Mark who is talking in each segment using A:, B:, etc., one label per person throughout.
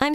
A: I'm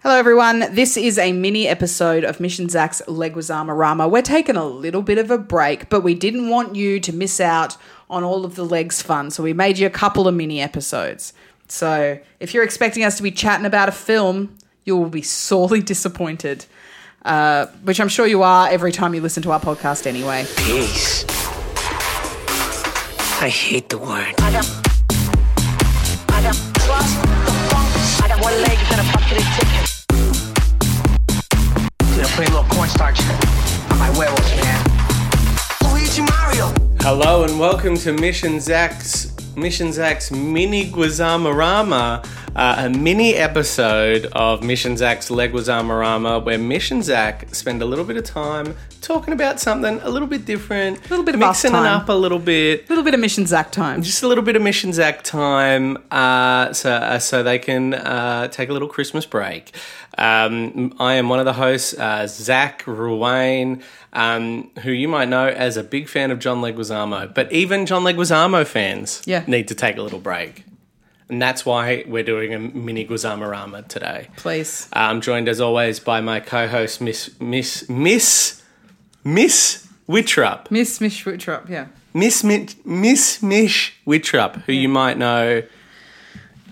B: Hello, everyone. This is a mini episode of Mission Zach's Leguizamo Rama. We're taking a little bit of a break, but we didn't want you to miss out on all of the legs fun, so we made you a couple of mini episodes. So if you're expecting us to be chatting about a film, you will be sorely disappointed, uh, which I'm sure you are every time you listen to our podcast anyway.
C: Peace. I hate the word.
D: I got trust, I got one leg and a bucket of chicken.
C: You know, putting a little cornstarch on my werewolves, man. Luigi Mario.
E: Hello and welcome to Mission Zach's Mission Zach's Mini Guizamarama, uh, a mini episode of Mission Zach's Leguizamarama, where Mission Zach spend a little bit of time talking about something a little bit different, a
B: Little bit of us
E: mixing it
B: time.
E: up a little bit,
B: A little bit of Mission Zach time.
E: just a little bit of Mission Zach time, uh, so uh, so they can uh, take a little Christmas break. Um, I am one of the hosts, uh, Zach Ruane, um, who you might know as a big fan of John Leguizamo, but even John Leguizamo fans
B: Yeah.
E: need to take a little break. And that's why we're doing a mini Guizamarama today. Uh,
B: Please.
E: I'm joined as always by my co-host Miss Miss Miss Miss Wittrup.
B: Miss Miss Schwittrup, yeah.
E: Miss Mitch, Miss Mish Wittrup, who you might know.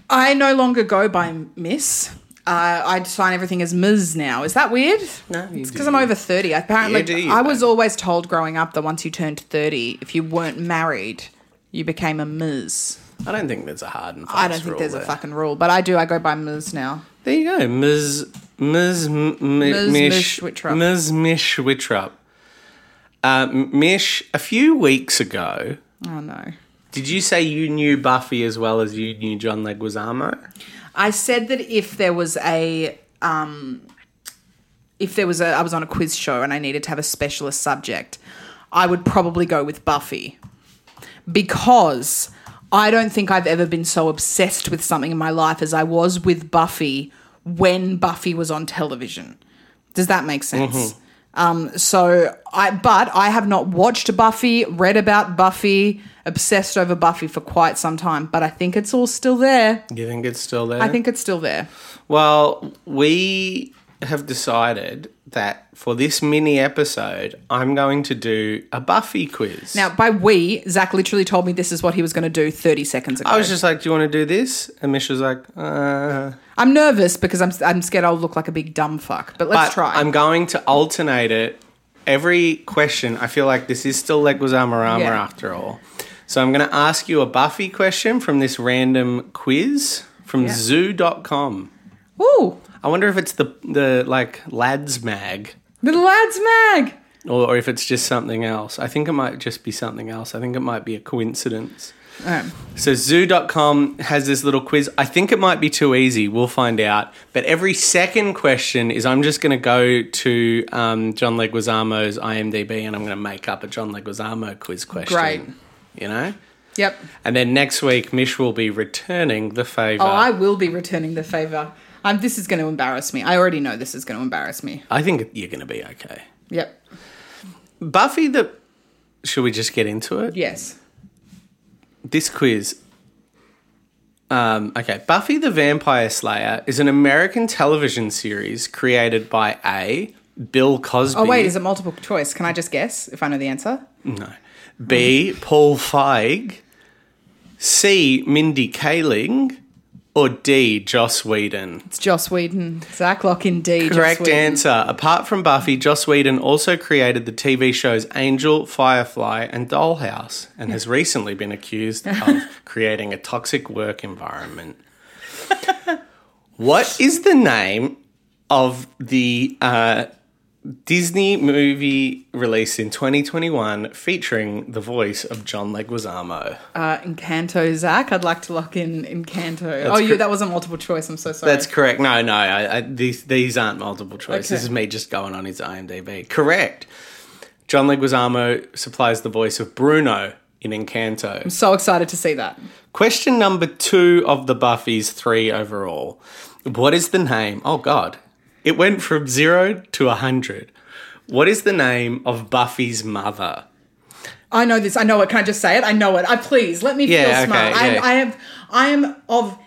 B: I no longer go by Miss. Uh, I sign everything as Ms. now. Is that weird?
E: No, you
B: it's
E: do
B: because I'm
E: you.
B: over thirty. Apparently,
E: You do you,
B: I was
E: babe.
B: always told growing up that once you turned thirty, if you weren't married, you became a Ms.
E: I don't think there's a hard and fast
B: I don't think
E: rule
B: there's a
E: there.
B: fucking rule, but I do. I go by Ms. now.
E: There you go, Ms. Ms. M- M-
B: Ms.
E: Mish
B: Mish Wittrup.
E: Ms. Mish Wittrup. Uh, M- Mish, a few weeks ago,
B: Oh no.
E: did you say you knew Buffy as well as you knew John Leguizamo?
B: I said that if there was a um, if there was a I was on a quiz show and I needed to have a specialist subject, I would probably go with Buffy because I don't think I've ever been so obsessed with something in my life as I was with Buffy when Buffy was on television. Does that make sense? Um, so I, but I have not watched Buffy, read about Buffy, obsessed over Buffy for quite some time. But I think it's all still there.
E: You think it's still there?
B: I think it's still there.
E: Well, we have decided that for this mini episode, I'm going to do a Buffy quiz.
B: Now, by we, Zach literally told me this is what he was going to do 30 seconds ago.
E: I was just like, "Do you want to do this?" And Mish was like, uh,
B: I'm nervous because I'm, I'm scared I'll look like a big dumb fuck, but let's
E: but
B: try.
E: I'm going to alternate it. Every question, I feel like this is still Leguizamarama
B: Yeah.
E: after all. So I'm going to ask you a Buffy question from this random quiz from zoo.com.
B: Ooh,
E: I wonder if it's the, the like lads mag
B: little lads mag.
E: or, or if it's just something else. I think it might just be something else. I think it might be a coincidence.
B: Um,
E: So zoo.com has this little quiz. I think it might be too easy. We'll find out. But every second question is I'm just going to go to um, John Leguizamo's IMDb and I'm going to make up a John Leguizamo quiz question.
B: Great.
E: You know?
B: yep.
E: And then next week, Mish will be returning the favor.
B: Oh, I will be returning the favor. Um, this is going to embarrass me. I already know this is going to embarrass me.
E: I think you're going to be okay.
B: Yep.
E: Buffy the. Should we just get into it?
B: Yes.
E: this quiz. Um, okay, Buffy the Vampire Slayer is an American television series created by A. Bill Cosby.
B: Oh, wait, is it multiple choice? Can I just guess if I know the answer?
E: no? B. Paul Feig. C. Mindy Kaling. Or D. Joss Whedon.
B: It's Joss Whedon. Zach Lock, indeed. Joss
E: Correct
B: Whedon.
E: answer. Apart from Buffy, Joss Whedon also created the TV shows Angel, Firefly, and Dollhouse, and has recently been accused of creating a toxic work environment. what is the name of the uh, Disney movie released in 2021 featuring the voice of John Leguizamo.
B: Uh, Encanto, Zach. I'd like to lock in Encanto. oh, you,
E: cor-
B: that wasn't multiple choice. I'm so sorry.
E: That's correct. No, no, I, I, these these aren't multiple choice. This
B: Okay.
E: is me just going on his IMDb. Correct. John Leguizamo supplies the voice of Bruno in Encanto.
B: so excited to see that.
E: Question number two of the Buffy's three overall. What is the name? Oh, God. It went from zero to 100. What is the name of Buffy's mother?
B: I know this. I know it. Can I just say it? I know it. I please let me
E: Yeah, okay,
B: feel smart. I,
E: yeah.
B: am, I am. I am of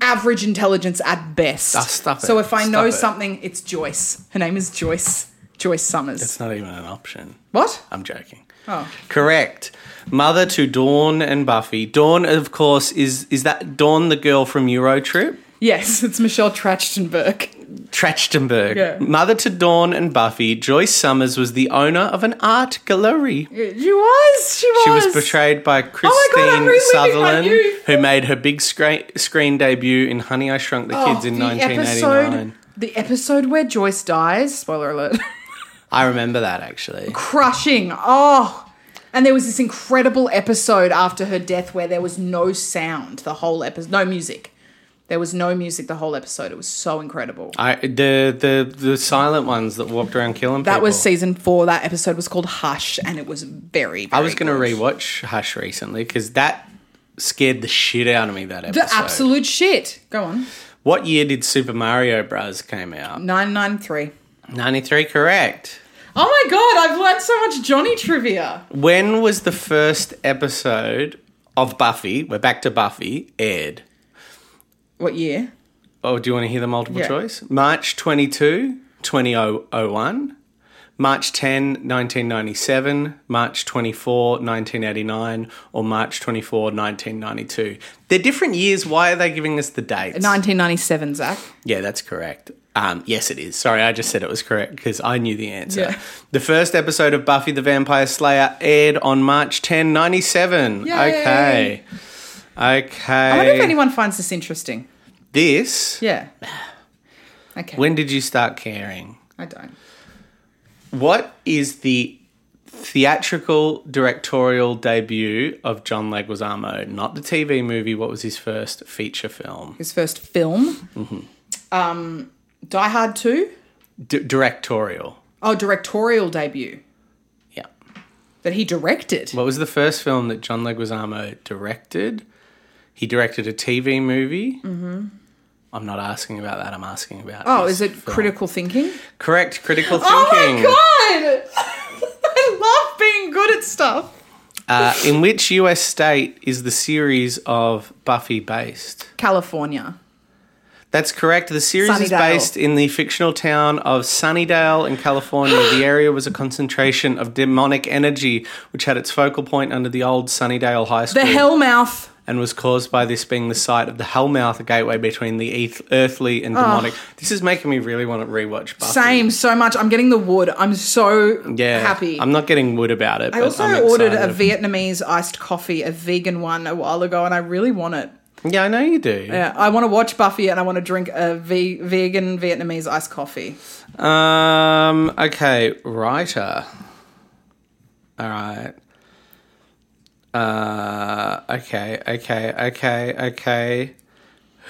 B: average intelligence at best.
E: Ah, stop it.
B: So if I know
E: Stop it.
B: something, it's Joyce. Her name is Joyce. Joyce Summers.
E: It's not even an option.
B: what?
E: I'm joking.
B: Oh.
E: Correct. Mother to Dawn and Buffy. Dawn, of course, is is that Dawn the girl from Eurotrip?
B: Yes, it's Michelle Trachtenberg.
E: Trachtenberg.
B: Yeah.
E: Mother to Dawn and Buffy, Joyce Summers was the owner of an art gallery.
B: She was. She was. Oh
E: She was portrayed by Christine
B: God, I'm reliving my
E: Sutherland,
B: youth.
E: who made her big screen, screen debut in Honey, I Shrunk the Kids in 1989.
B: Oh, Episode, the episode where Joyce dies. Spoiler alert.
E: I remember that actually.
B: crushing. Oh. And there was this incredible episode after her death where there was no sound the whole episode, no music. There was no music the whole episode. It was so incredible.
E: I, the, the the silent ones that walked around killing people.
B: that was season four. That episode was called Hush, and it was very.
E: I
B: very
E: was going to
B: good.
E: rewatch Hush recently because that scared the shit out of me. That episode.
B: the absolute shit. Go on.
E: What year did Super Mario Bros. came out?
B: Nine nine three.
E: Ninety three. Correct.
B: Oh my god! I've learned so much Johnny trivia.
E: When was the first episode of Buffy? We're back to Buffy. Aired.
B: What year?
E: Oh, do you want to hear the multiple
B: Yeah.
E: choice? March 22, 2001. March 10, 1997, March 24, 1989, or March 24, 1992. They're different years. Why are they giving us the dates?
B: Nineteen ninety seven. Zach.
E: Yeah, that's correct. Um, yes, it is. Sorry, I just said it was correct because I knew the answer.
B: Yeah.
E: The first episode of Buffy the Vampire Slayer aired on March 10, 97. Okay. Okay.
B: I wonder if anyone finds this interesting.
E: this.
B: Yeah. Okay.
E: When did you start caring?
B: I don't.
E: What is the theatrical directorial debut of John Leguizamo? Not the TV movie. What was his first feature film?
B: his first film. Um,
E: Mm-hmm.
B: Die Hard 2.
E: D- directorial.
B: Oh, directorial debut
E: Yeah.
B: that he directed.
E: What was the first film that John Leguizamo directed? He directed a TV movie. Mm-hmm. I'm not asking about that. I'm asking about.
B: oh,
E: his
B: is it
E: film.
B: critical thinking?
E: Correct. Critical thinking.
B: Oh my god! I love being good at stuff.
E: Uh, in which U.S. state is the series of Buffy based?
B: California.
E: That's correct. The series is
B: Sunnydale.
E: based in the fictional town of Sunnydale in California. the area was a concentration of demonic energy, which had its focal point under the old Sunnydale High
B: The
E: School.
B: Hellmouth.
E: and was caused by this being the site of the Hellmouth, a gateway between the eth- earthly and demonic. This is making me really want to rewatch Buffy.
B: Same, so much. I'm getting the wood. I'm so
E: Yeah,
B: happy.
E: I'm not getting wood about it.
B: I also
E: i
B: ordered a Vietnamese iced coffee, a vegan one, a while ago, and I really want it.
E: Yeah, I know you do.
B: Yeah, I want to watch Buffy and I want to drink a ve- vegan Vietnamese iced coffee.
E: Um. Okay, writer. All right. Uh. Okay. Okay. Okay. Okay.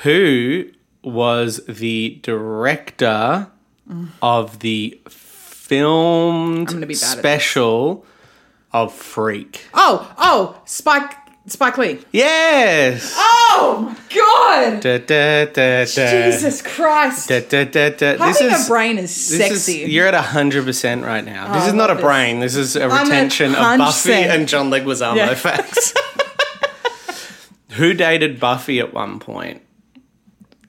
E: Who was the director of the filmed
B: gonna be bad at this.
E: special of Freak?
B: Oh, oh, Spike Spike Lee.
E: Yes.
B: Oh my god!
E: Da, da, da, da.
B: Jesus Christ.
E: Da, da, da, da. This
B: Having
E: is-
B: a brain is
E: This is-
B: sexy. Oh,
E: you're at hundred percent right now. This is not a
B: love
E: brain. This is a
B: at
E: retention of Buffy
B: 100%.
E: and John Leguizamo
B: Yeah.
E: facts. Who dated Buffy at one point?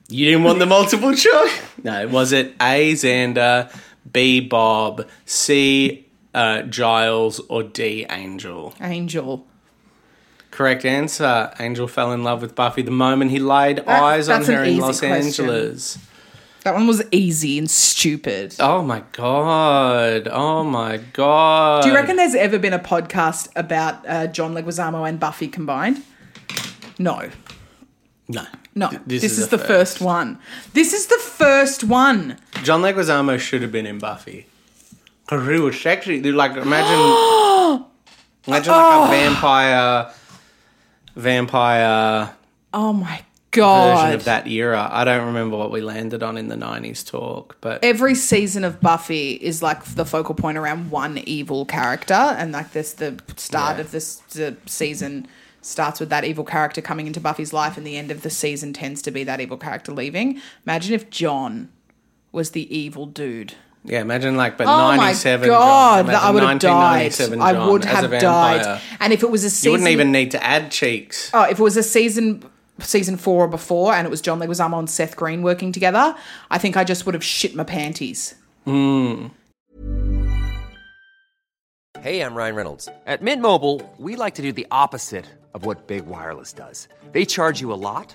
E: You didn't want the multiple choice. No, was it A. Xander, B. Bob, C. Uh, Giles, or D. Angel?
B: Angel.
E: Correct answer. Angel fell in love with Buffy the moment he laid eyes on
B: that's an
E: her in
B: easy
E: Los
B: question.
E: Angeles.
B: That one was easy and stupid.
E: Oh my god! Oh my god!
B: Do you reckon there's ever been a podcast about uh, John Leguizamo and Buffy combined? No.
E: No,
B: No.
E: Th-
B: This, is,
E: a
B: the first. one. This is the first one.
E: John Leguizamo should have been in Buffy because he was sexy. Dude, like imagine, imagine
B: Oh.
E: like a vampire, vampire
B: Oh my
E: version
B: god.
E: of that era. I don't remember what we landed on in the '90s talk, but
B: Every season of Buffy is like the focal point around one evil character, and like this, the start of this the season starts with that evil character coming into Buffy's life, and the end of the season tends to be that evil character leaving. Imagine if John was the evil dude.
E: yeah, imagine like but
B: Oh my
E: '97.
B: god, that I would have died. I would have died. And if it was a season,
E: You wouldn't even need to add cheeks.
B: oh, if it was a season season four or before and it was John Leguizamo and Seth Green working together, I think I just would have shit my panties.
F: Hey, I'm Ryan Reynolds. At Mint Mobile, we like to do the opposite of what Big Wireless does. They charge you a lot,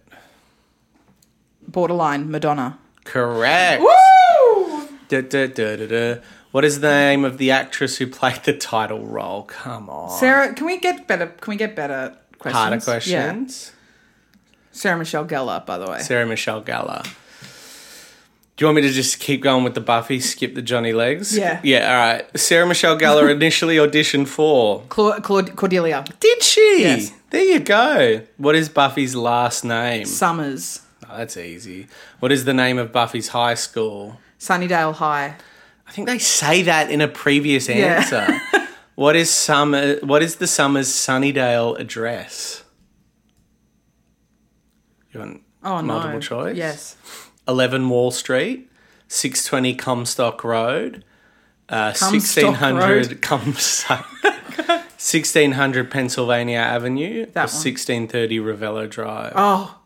B: Borderline Madonna.
E: Correct.
B: Woo!
E: Du- du- du- du- du. What is the name of the actress who played the title role? Come on.
B: Sarah, can we get better? Can we get better questions?
E: Harder
B: Yeah.
E: questions.
B: Sarah Michelle Gellar, by the way.
E: Sarah Michelle Gellar. Do you want me to just keep going with the Buffy, skip the Johnny Legs?
B: Yeah.
E: Yeah, all right. Sarah Michelle Gellar initially auditioned for.
B: Cla- Claud- Cordelia
E: Did she?
B: Yes.
E: There you go. What is Buffy's last name?
B: Summers,
E: Oh, that's easy. What is the name of Buffy's high school?
B: Sunnydale High.
E: I think they say that in a previous
B: Yeah.
E: answer. what is summer? What is the summer's Sunnydale address? You want
B: Oh no!
E: multiple choice?
B: Yes.
E: Eleven Wall Street, six twenty Comstock Road, uh, sixteen
B: Comstock
E: hundred Comstock. 1600 Pennsylvania Avenue
B: That
E: or
B: one.
E: 1630 Ravello Drive.
B: Oh,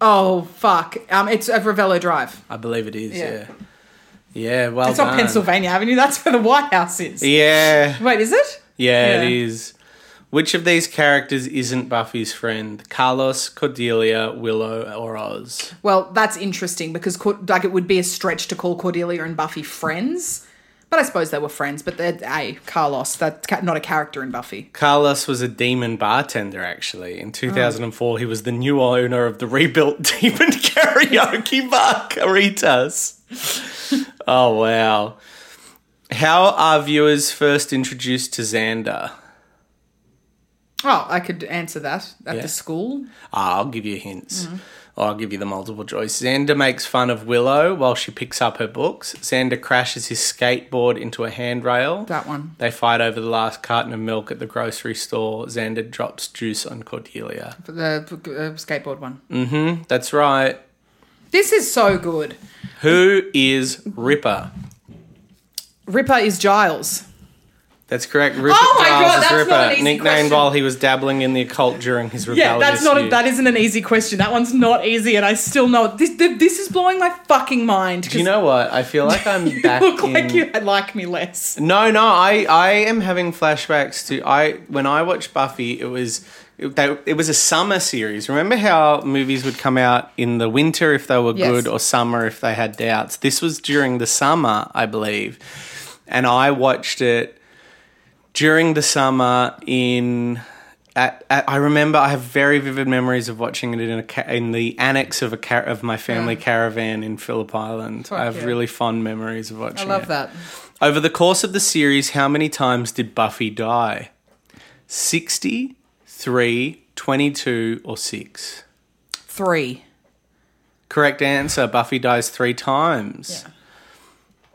B: oh fuck! Um, it's at Ravello Drive.
E: I believe it is,
B: Yeah.
E: yeah. Yeah, well
B: It's not
E: done.
B: Pennsylvania Avenue. That's where the White House is.
E: Oh, Yeah.
B: Wait, is it?
E: Yeah, it
B: Yeah.
E: is. Which of these characters isn't Buffy's friend? Carlos, Cordelia, Willow, or Oz?
B: Well, that's interesting because Cor- like it would be a stretch to call Cordelia and Buffy friends, but I suppose they were friends. But they're a Carlos. That's ca- not a character in Buffy.
E: Carlos was a demon bartender, actually. In 2004, he was the new owner of the rebuilt Demon Karaoke Bar, Caritas. oh, wow. How are viewers first introduced to Xander?
B: Oh, I could answer that at
E: Yeah.
B: the school.
E: Ah, I'll give you hints. Or I'll give you the multiple choice. Xander makes fun of Willow while she picks up her books. Xander crashes his skateboard into a handrail.
B: That one.
E: They fight over the last carton of milk at the grocery store. Xander drops juice on Cordelia.
B: For the uh, skateboard one.
E: That's right.
B: This is so good.
E: Who is Ripper?
B: Ripper is Giles.
E: That's correct. Ripper
B: Oh my God,
E: is
B: that's
E: Ripper.
B: not an easy
E: Nicknamed
B: question.
E: while he was dabbling in the occult during his rebellious
B: Yeah, that's not. A,
E: youth.
B: that isn't an easy question. That one's not easy, and I still know it. This, th- this is blowing my fucking mind.
E: Do you know what? I feel like I'm
B: you
E: back
B: look
E: in...
B: like you like me less.
E: No, no, I, I am having flashbacks to I when I watched Buffy. It was it, they, it was a summer series. Remember how movies would come out in the winter if they were
B: Yes.
E: good, or summer if they had doubts. This was during the summer, I believe, and I watched it during the summer in. At, at, I remember I have very vivid memories of watching it in a ca- in the annex of a car- of my family caravan in Phillip Island. I have
B: yeah.
E: really fond memories of watching.
B: I love
E: it.
B: that.
E: Over the course of the series, how many times did Buffy die? 60, 3, 22, or 6?
B: Three.
E: Correct answer Buffy dies three times.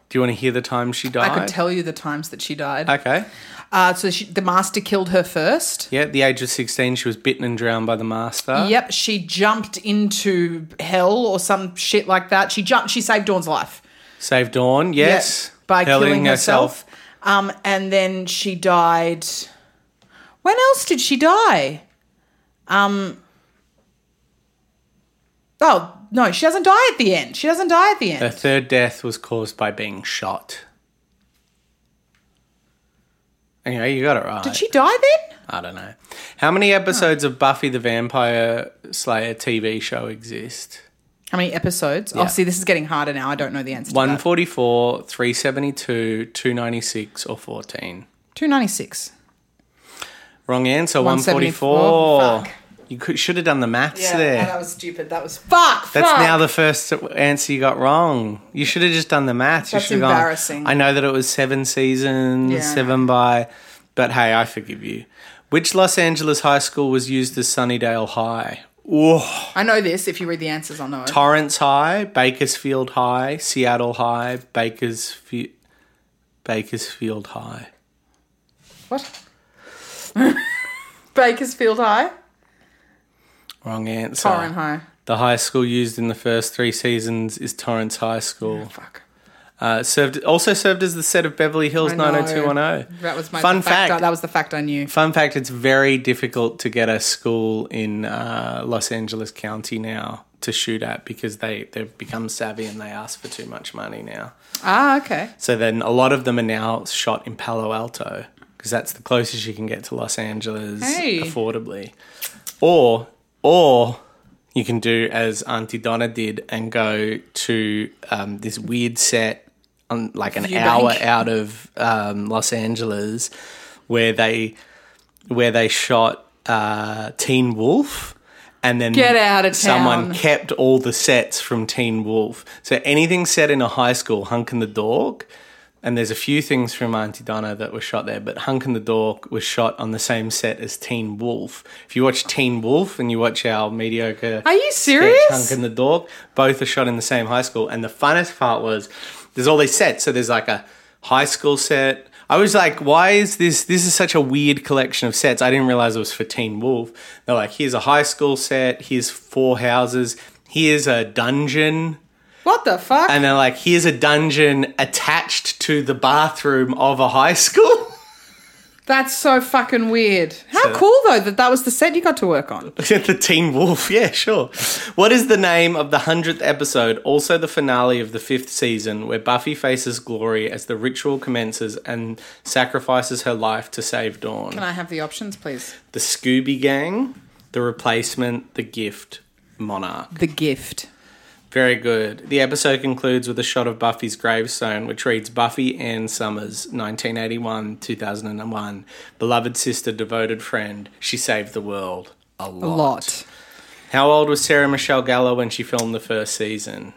E: Do you want to hear the time she died?
B: I could tell you the times that she died.
E: Okay.
B: Uh, so she, the master killed her first.
E: Yeah, at the age of 16, she was bitten and drowned by the master.
B: Yep, she jumped into hell or some shit like that. She jumped. She saved Dawn's life.
E: Saved Dawn, yes.
B: Yep, by killing herself. Um, and then she died. When else did she die? Um, Oh no, she doesn't die at the end. She doesn't die at the end.
E: Her third death was caused by being shot. Anyway, you got it right.
B: Did she die then?
E: I don't know. How many episodes of Buffy the Vampire Slayer TV show exist?
B: How many episodes? Oh, see, this is getting harder now. I don't know the answer. One to that.
E: 144, 372, 296, or 14?
B: 296.
E: Wrong answer,
B: 174.
E: 144.
B: Fuck.
E: You could, should have done the maths there.
B: that was stupid. That was fuck.
E: That's
B: fuck.
E: now the first answer you got wrong. You should have just done the maths.
B: That's
E: you should have gone,
B: embarrassing.
E: I know that it was seven seasons,
B: Yeah, I
E: seven by, but hey, I forgive you. Which Los Angeles high school was used as Sunnydale High? Whoa.
B: I know this. If you read the answers, I'll know it.
E: Torrance High, Bakersfield High, Seattle High, Bakersfield, Bakersfield High.
B: what? Bakersfield High,
E: Wrong answer.
B: Torrent High.
E: The high school used in the first three seasons is Torrance High School.
B: Fuck.
E: Uh, served also served as the set of Beverly Hills
B: I know.
E: 90210.
B: That was my
E: fun fact.
B: that was the fact I knew.
E: fun fact: It's very difficult to get a school in uh, Los Angeles County now to shoot at because they they've become savvy and they ask for too much money now.
B: Ah, okay.
E: So then a lot of them are now shot in Palo Alto because that's the closest you can get to Los Angeles
B: Hey.
E: affordably. Or or you can do as Auntie Donna did and go to um, this weird set on like an
B: Eubank.
E: hour out of um, Los Angeles where they where they shot uh, Teen Wolf. And then
B: Get out of
E: someone
B: town.
E: kept all the sets from Teen Wolf. So anything set in a high school, Hunk and the Dork, and there's a few things from Auntie Donna that were shot there, but Hunk and the Dork was shot on the same set as Teen Wolf. If you watch Teen Wolf and you watch our mediocre
B: Are you
E: sketch,
B: serious?
E: Hunk and the Dork, both are shot in the same high school. And the funnest part was there's all these sets. So there's like a high school set. I was like, why is this? This is such a weird collection of sets. I didn't realize it was for Teen Wolf. They're like, here's a high school set, here's four houses, here's a dungeon
B: What the fuck?
E: and uh, they're like, here's a dungeon attached to the bathroom of a high school.
B: That's so fucking weird. How cool though that that was the set you got to work on.
E: the Teen Wolf, yeah, sure. What is the name of the hundredth episode, also the finale of the fifth season, where Buffy faces Glory as the ritual commences and sacrifices her life to save Dawn?
B: Can I have the options, please?
E: the Scooby Gang, the Replacement, the Gift, Monarch.
B: The gift.
E: Very good. The episode concludes with a shot of Buffy's gravestone, which reads Buffy Ann Summers, 1981 2001. Beloved sister, devoted friend. She saved the world. A lot.
B: A lot.
E: How old was Sarah Michelle Gellar when she filmed the first season?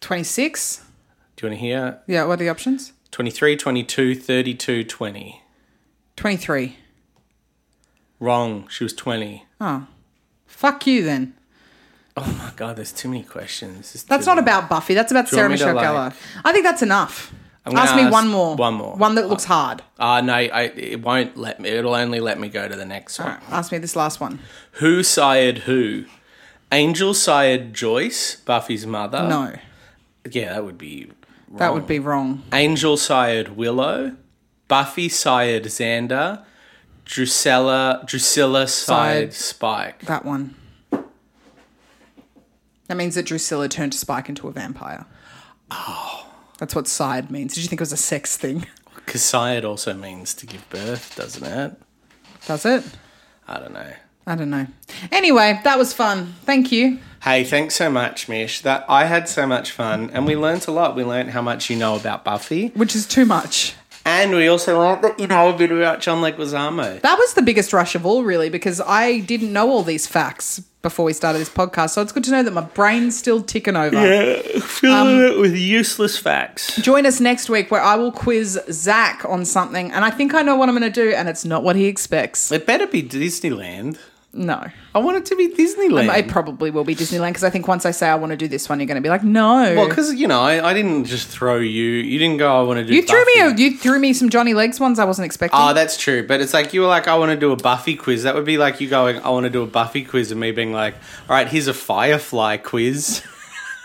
B: Twenty six.
E: Do you want to hear?
B: Yeah. What are the options?
E: 23, 22, 32, 20.
B: Twenty three.
E: Wrong. She was 20.
B: Fuck you then.
E: Oh my God, there's too many questions. This is
B: That's
E: too
B: not
E: long.
B: about Buffy. That's about
E: you
B: Sarah
E: want me to,
B: Michelle
E: like-
B: Gellar. I think that's enough.
E: gonna
B: Ask me
E: ask
B: one more.
E: one more.
B: One that looks hard.
E: Ah, no, I, it won't let me. It'll only let me go to the next one.
B: Ask me this last one.
E: Who sired who? Angel sired Joyce, Buffy's mother.
B: No,
E: Yeah, that would be.
B: that would be wrong.
E: Angel sired Willow. Buffy sired Xander. Drusilla, Drusilla sired
B: Sired-
E: Spike.
B: That one. That means that Drusilla turned Spike into a vampire. Oh. That's what side means. Did you think it was a sex thing?
E: Because sired also means to give birth, doesn't it?
B: Does it?
E: I don't know.
B: I don't know. Anyway, that was fun. Thank you.
E: Hey, thanks so much, Mish. That I had so much fun, and we learnt a lot. We learnt how much you know about Buffy,
B: Which is too much.
E: and we also learnt that you know a bit about John Leguizamo.
B: That was the biggest rush of all, really, because I didn't know all these facts before we started this podcast. So it's good to know that my brain's still ticking over. Um,
E: Filling it with useless facts.
B: Join us next week where I will quiz Zach on something. And I think I know what I'm going to do, and it's not what he expects.
E: It better be Disneyland.
B: No.
E: I want it to be Disneyland.
B: It probably will be Disneyland because I think once I say I want to do this one, you're going to be like, no.
E: well, because you know, I, I didn't just throw you. You didn't go. I want to do.
B: you threw me a,
E: Buffy."
B: you threw me some Johnny Legs ones I wasn't expecting.
E: Oh, that's true. But it's like you were like, I want to do a Buffy quiz. That would be like you going, I want to do a Buffy quiz, and me being like, all right, here's a Firefly quiz.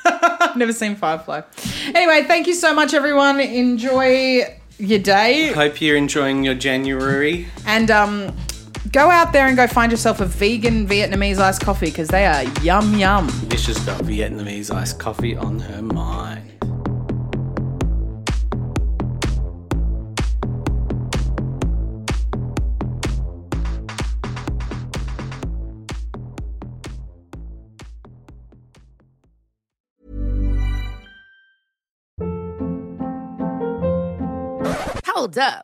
B: I've never seen Firefly. Anyway, thank you so much, everyone. Enjoy your day
E: Hope you're enjoying your January.
B: and um, Go out there and go find yourself a vegan Vietnamese iced coffee because they are yum yum.
E: Nisha's got Vietnamese iced coffee on her mind.
G: Hold up.